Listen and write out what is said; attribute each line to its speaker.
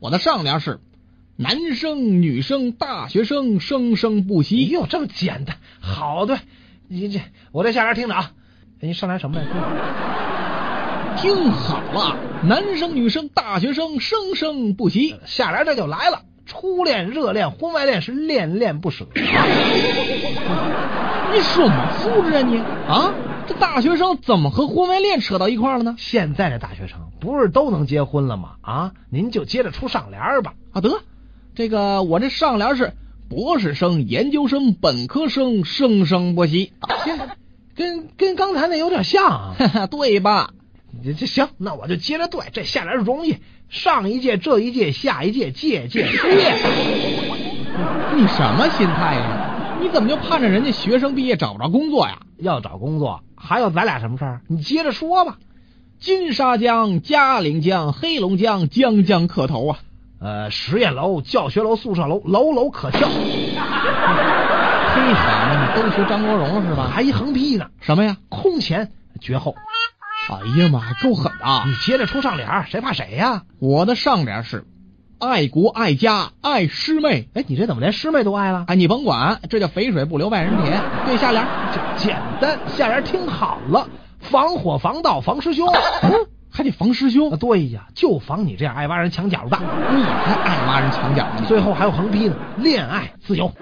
Speaker 1: 我的上联是男生、女生、大学生，生生不
Speaker 2: 咦
Speaker 1: 息。
Speaker 2: 哟，哎这么简单，好对，你这我这下联听着啊，哎你上联什么来着？
Speaker 1: 听好了，男生、女生、大学生，生生不息。
Speaker 2: 呃下联这就来了，初恋、热恋、婚外恋是恋恋不 舍。
Speaker 1: 你什么素质啊你啊？这大学生怎么和婚外恋扯到一块儿了呢？
Speaker 2: 现在这大学生不是都能结婚了吗？啊，您就接着出上联儿吧。
Speaker 1: 啊，得，这个我这上联是博士生、研究生、本科生，生生不息，
Speaker 2: 跟跟刚才那有点像啊。
Speaker 1: 哈哈，对吧？
Speaker 2: 这这行，那我就接着对，这下联容易。上一届、这一届、下一届，届届失业。
Speaker 1: 你什么心态呀？你怎么就盼着人家学生毕业找不着工作呀？
Speaker 2: 要找工作，还有咱俩什么事儿？你接着说吧。
Speaker 1: 金沙江、嘉陵江、黑龙江，江江磕头啊！
Speaker 2: 呃，实验楼、教学楼、宿舍楼，楼楼可笑。
Speaker 1: 嘿，好嘛，你都学张国荣是吧？
Speaker 2: 还一横批呢，
Speaker 1: 哎什么呀？
Speaker 2: 空前绝后。
Speaker 1: 哎呀妈，够狠的啊
Speaker 2: 你！接着出上联儿，谁怕谁呀、
Speaker 1: 我的上联是爱国爱家爱师妹，
Speaker 2: 哎，你这怎么连师妹都爱了？
Speaker 1: 哎，你甭管，这叫肥水不流外人田。对下联儿，
Speaker 2: 这简单，下联听好了，防火、防盗、防师兄。
Speaker 1: 嗯还得防师兄
Speaker 2: 啊，，对呀，就防你这样爱挖人墙角的。
Speaker 1: 你才爱挖人墙角呢！
Speaker 2: 最后还有横批呢，恋爱自由。